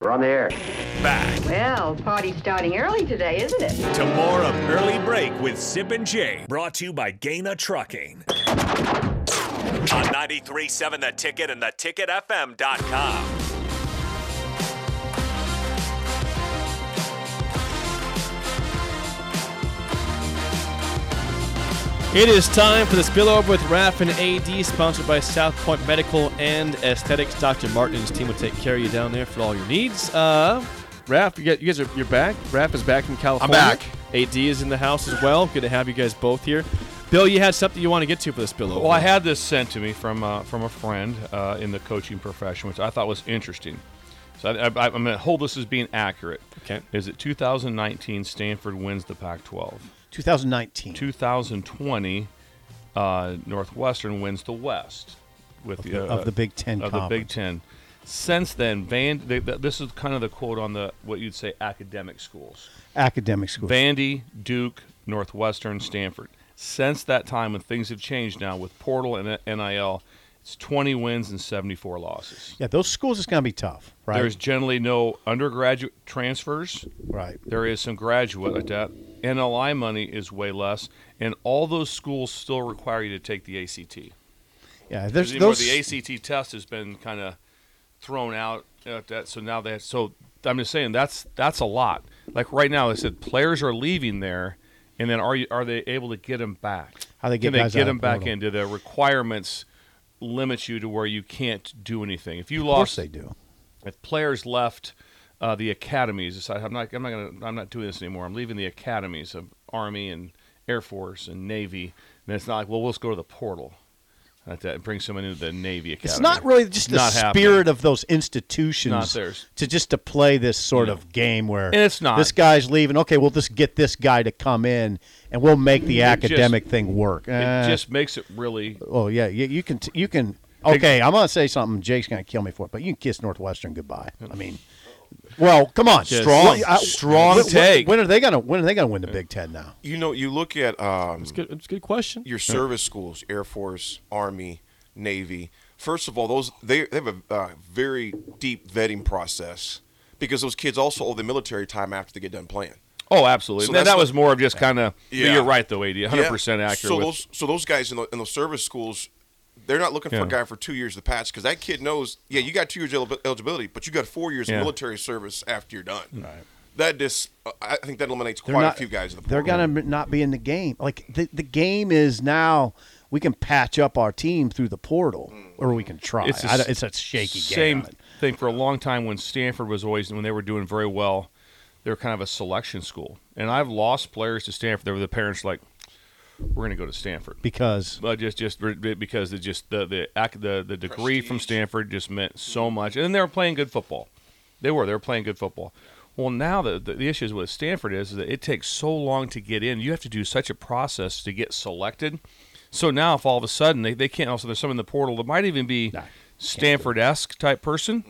We're on the air. Back Well, party's starting early today, isn't it? to more of Early Break with Sip and Jay, brought to you by Gaina Trucking. On 93.7 The Ticket and theticketfm.com. It is time for the spillover with Raph and AD, sponsored by South Point Medical and Aesthetics. Dr. Martin's team will take care of you down there for all your needs. Uh, Raph, you guys, you guys are you're back. Raph is back in California. back. AD is in the house as well. Good to have you guys both here. Bill, you had something you want to get to for the spillover. Well, I had this sent to me from uh, from a friend uh, in the coaching profession, which I thought was interesting. So I, I, I'm going to hold this as being accurate. Okay. Is it 2019 Stanford wins the Pac-12? 2019. 2020 uh, Northwestern wins the West with the, uh, the- of the Big Ten of the Big Conference. Ten. Since then, Van they, th- this is kind of the quote on the what you'd say academic schools. Academic school. Vandy, Duke, Northwestern, Stanford. Since that time, when things have changed now with portal and NIL, it's 20 wins and 74 losses. yeah, those schools is going to be tough, right? There's generally no undergraduate transfers. right. There is some graduate debt. NLI money is way less, and all those schools still require you to take the ACT. Yeah, there's Even where those. the ACT test has been kind of thrown out at that. So now that so I'm just saying that's that's a lot. Like right now, they said players are leaving there, and then are you are they able to get them back? How they get Can they guys get out of them the back portal. into the requirements? Limit you to where you can't do anything. If you of lost, course they do. if players left uh, the academies, decide I'm not, I'm not gonna, I'm not doing this anymore. I'm leaving the academies of Army and Air Force and Navy. And it's not like, well, let's go to the portal. Not that bring someone into the Navy Academy. It's not really just the Not happening. spirit of those institutions Not theirs. to just to play this sort of game where And it's not. this guy's leaving. Okay, we'll just get this guy to come in and we'll make the academic thing work. It Eh, just makes it really. oh yeah, you, you can t- you can. Okay, I'm gonna say something. Jake's gonna kill me for it, but you can kiss Northwestern goodbye. I mean, well, come on, Just- strong, Well, I- strong when- when- take. When are they gonna When are they gonna win the Big Ten now? You know, you look at um, it's, good, it's a good question. your service schools, Air Force, Army, Navy. First of all, those they, they have a uh, very deep vetting process because those kids also owe the military time after they get done playing. Oh, absolutely. So that, that's that what- was more of just kind of. Yeah. You're right, though, AD. 100 percent Yeah. accurate. So with- those so those guys in, the, in those service schools, they're not looking for a Yeah. guy for two years to patch because that kid knows. Yeah, you got two years el- eligibility, but you got four years Yeah. of military service after you're done. Right. That just I think that eliminates quite a few guys in the They're portal. gonna m- not be in the game. Like the the game is now. We can patch up our team through the portal, Mm. or we can try. It's It's a a, s- it's a shaky same game. thing for a long time when Stanford was always when they were doing very well, they were kind of a selection school. And I've lost players to Stanford. There were the parents like, we're going to go to Stanford. because But just just re- be- because it just the the ac- the, the degree from Stanford just meant so much, and then they were playing good football. They were they were playing good football. Well, now the the, the issue is with Stanford is that it takes so long to get in. You have to do such a process to get selected. So now, if all of a sudden they, they can't, also there's some in the portal that might even be Stanford esque type person.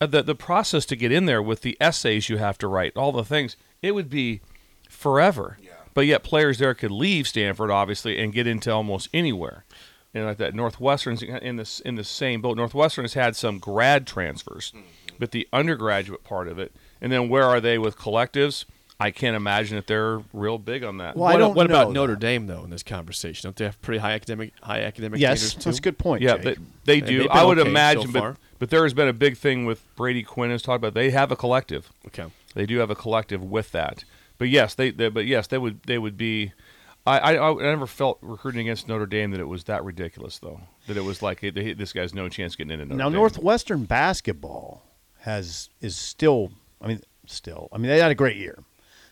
Uh, the the process to get in there with the essays you have to write, all the things, it would be forever. But yet players there could leave Stanford obviously and get into almost anywhere. And like that Northwestern's in this in the same boat. Northwestern has had some grad transfers, but the undergraduate part of it. And then where are they with collectives? I can't imagine that they're real big on that. Well, I what don't what about know Notre Dame though in this conversation? Don't they have pretty high academic high academic yes, standards, too? that's a good point. Yeah, Jake. they, they And do. they've been I would okay so imagine, far. but but there has been a big thing with Brady Quinn has talked about. They have a collective. Okay. They do have a collective with that. But yes, they, they but yes, they would they would be. I, I I never felt recruiting against Notre Dame that it was that ridiculous though. That it was like hey, they- this guy's no chance getting into Notre now Dame. Northwestern basketball has is still. I mean, still. I mean, they had a great year,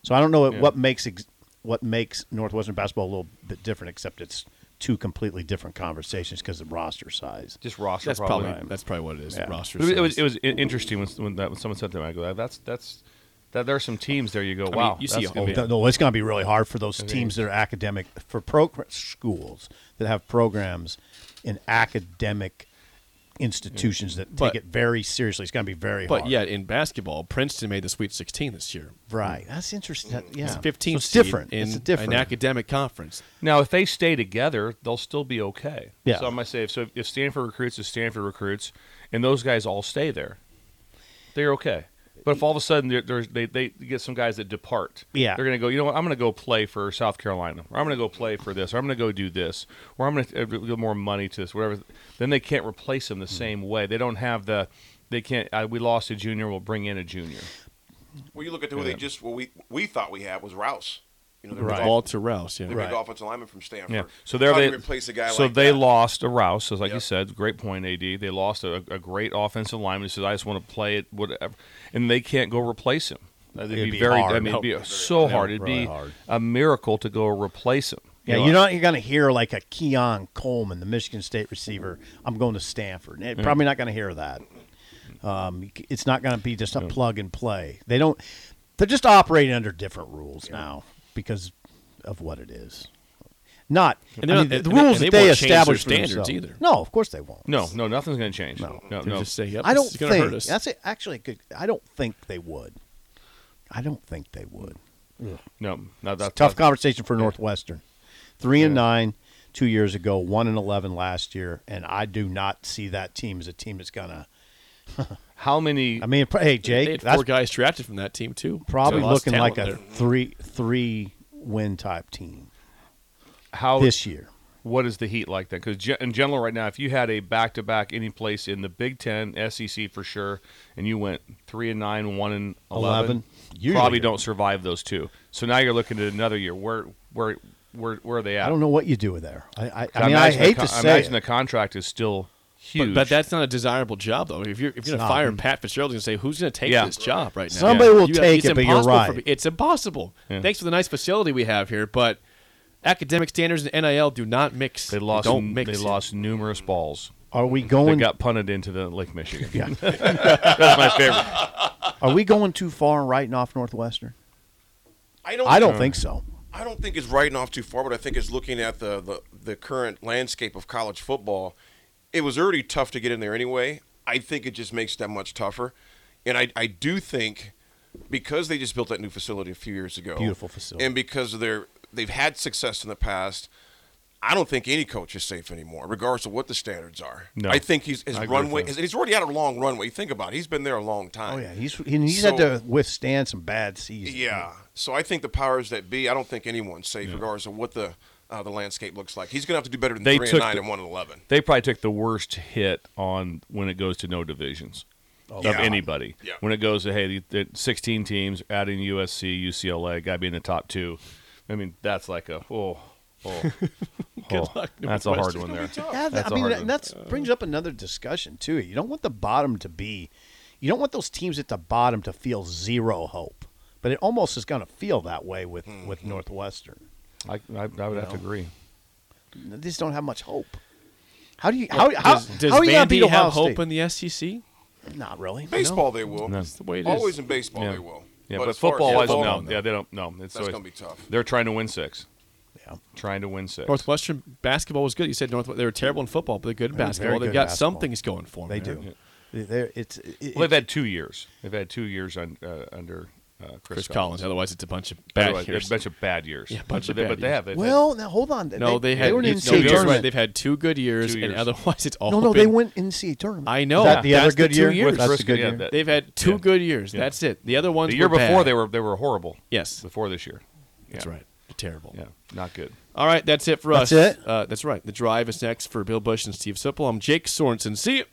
so I don't know what makes ex- what makes Northwestern basketball a little bit different, except it's two completely different conversations because of roster size. just roster That's probably. probably, that's probably what it is. Yeah. Roster. But it was it size. was i- interesting when when, that, when someone said that. I go that's that's that there are some teams there. You go mean, wow. you see that's a gonna whole- be- Th- Oh, No, it's going to be really hard for those teams that are academic for program schools that have programs in academic institutions that take But- it very seriously. It's going to be very But hard. yet in basketball, Princeton made the Sweet 16 this year. right. That's interesting. That- yeah, It's 15. So it's different. In it's a different. an academic conference. Now, if they stay together, they'll still be okay. Yeah. So I might say, if, so if Stanford recruits, if Stanford recruits, and those guys all stay there, they're they're okay. But if all of a sudden they're, there's they, they get some guys that depart, Yeah. they're going to go. You know what? I'm going to go play for South Carolina, or I'm going to go play for this, or I'm going to go do this, or I'm going to give more money to this, whatever. Then they can't replace them the Hmm. same way. They don't have the. They can't. Uh, we lost a junior. We'll bring in a junior. Well, you look at who they just what we we thought we had was Rouse. You know, the Right. big off- Walter Rouse, yeah. the Right. big offensive lineman from Stanford. Yeah. So How there do they you replace a guy. So like they that? lost a Rouse. So like you Yep. said, great point, AD. They lost a, a great offensive lineman. He says, "I just want to play it, whatever," and they can't go replace him. That'd It'd be, be very. hard. I mean, it'd be so hard. It'd really be hard. a miracle to go replace him. Yeah, you're not you're gonna hear like a Keon Coleman, the Michigan State receiver. I'm going to Stanford. Eh, Probably not gonna hear that. Um, you c- it's not gonna be just a plug and play. They don't. They're just operating under different rules now because of what it is. Not And I they're mean, not- the and they- rules and they that they won't change their establish for standards themselves. either. No, of course they won't. No, no, nothing's going to change. No, no, They no. just say, yep, I don't it's gonna think hurt us. that's a- actually a good. I don't think they would. I don't think they would. no not It's a that tough conversation for Northwestern. Three and nine two years ago, one and eleven last year, and I do not see that team as a team that's gonna. How many? I mean, pr- hey they Jake, had that's four guys drafted from that team too. probably So lots of looking like talent a there. three three win type team how this year. what is the heat like then? Because in general, right now, if you had a back to back any place in the Big Ten, SEC for sure, and you went three and nine, one and 11, eleven, usually you probably you're- don't survive those two. So now you're looking at another year. Where where where where are they at? I don't know what you do with there. I I, I So mean, I imagine the hate con- to I say imagine the it. contract is still huge. But, but that's not a desirable job, though. If you're, if you're going to not. fire Pat Fitzgerald, and say, who's going to take Yeah. this job right now? Somebody will take it's it, but you're impossible for right. me- it's impossible. Yeah. Thanks for the nice facility we have here, but academic standards and NIL do not mix. they lost. don't mix. They lost numerous balls. Are we They going? got punted into the Lake Michigan. Yeah. that's my favorite. Are we going too far in writing off Northwestern? I don't. I don't think so. I don't think it's writing off too far, but I think it's looking at the, the, the current landscape of college football. It was already tough to get in there anyway. I think it just makes that much tougher. And I, I do think because they just built that new facility a few years ago. Beautiful facility. And because of their they've had success in the past, I don't think any coach is safe anymore, regardless of what the standards are. No. I think he's his I agree with runway that. his, he's already had a long runway. Think about it. He's been there a long time. Oh yeah, he's he- he's had So- to withstand some bad seasons. Yeah. So I think the powers that be, I don't think anyone's safe, regardless of what the uh, the landscape looks like. He's going to have to do better than They three and took nine the- and one and eleven. They probably took the worst hit on when it goes to no divisions. of Oh, yeah. anybody. Yeah. When it goes to hey, the, the 16 teams adding USC, UCLA, got to be in the top two. I mean, that's like a oh, oh, oh, luck, that's a hard one there. Yeah, th- That's a I mean hard that one. that's, brings up another discussion too. You don't want the bottom to be, you don't want those teams at the bottom to feel zero hope. But it almost is going to feel that way with with Mm-hmm. Northwestern. I, I, I would have to agree. They just don't have much hope. How do you how how, does does how are you gonna Vandy beat Ohio have hope State? in the E SEC? Not really. Baseball, they will. No. That's the way it is. Always in baseball, Yeah. they will. Yeah, but, as far as football wise, football, no. Yeah, they don't. No, it's That's always, gonna be tough. They're trying to win six. Yeah. Trying to win six. Northwestern basketball was good. You said North they were terrible in football, but they're good in They're basketball. very They've good got at some basketball. things going for them. They there. do. They're- It's it- Well, it- they've had two years. They've had two years on, uh, under uh, Chris, Chris Collins. Otherwise, it's a bunch of bad Otherwise, years. A bunch of bad years. Yeah, a bunch but of they, bad but they years. have. They've had- well now hold on. no, they, had. they were in it's- no, NCAA you're right. tournament. They've had two good years, Two and years. otherwise, it's all no, no, been- they went NCAA tournament. I know. Is that the That's other good two year? years. With That's Chris- a good yeah, year. that- They've had two Yeah. good years. Yeah. That's it. The other ones the year were before bad. they were they were horrible. Yes. before this year. That's Yeah. right. They're terrible. Yeah, not good. All right, that's it for That's us. it? Uh, that's right. The drive is next for Bill Bush and Steve Sipple. I'm Jake Sorensen. See you.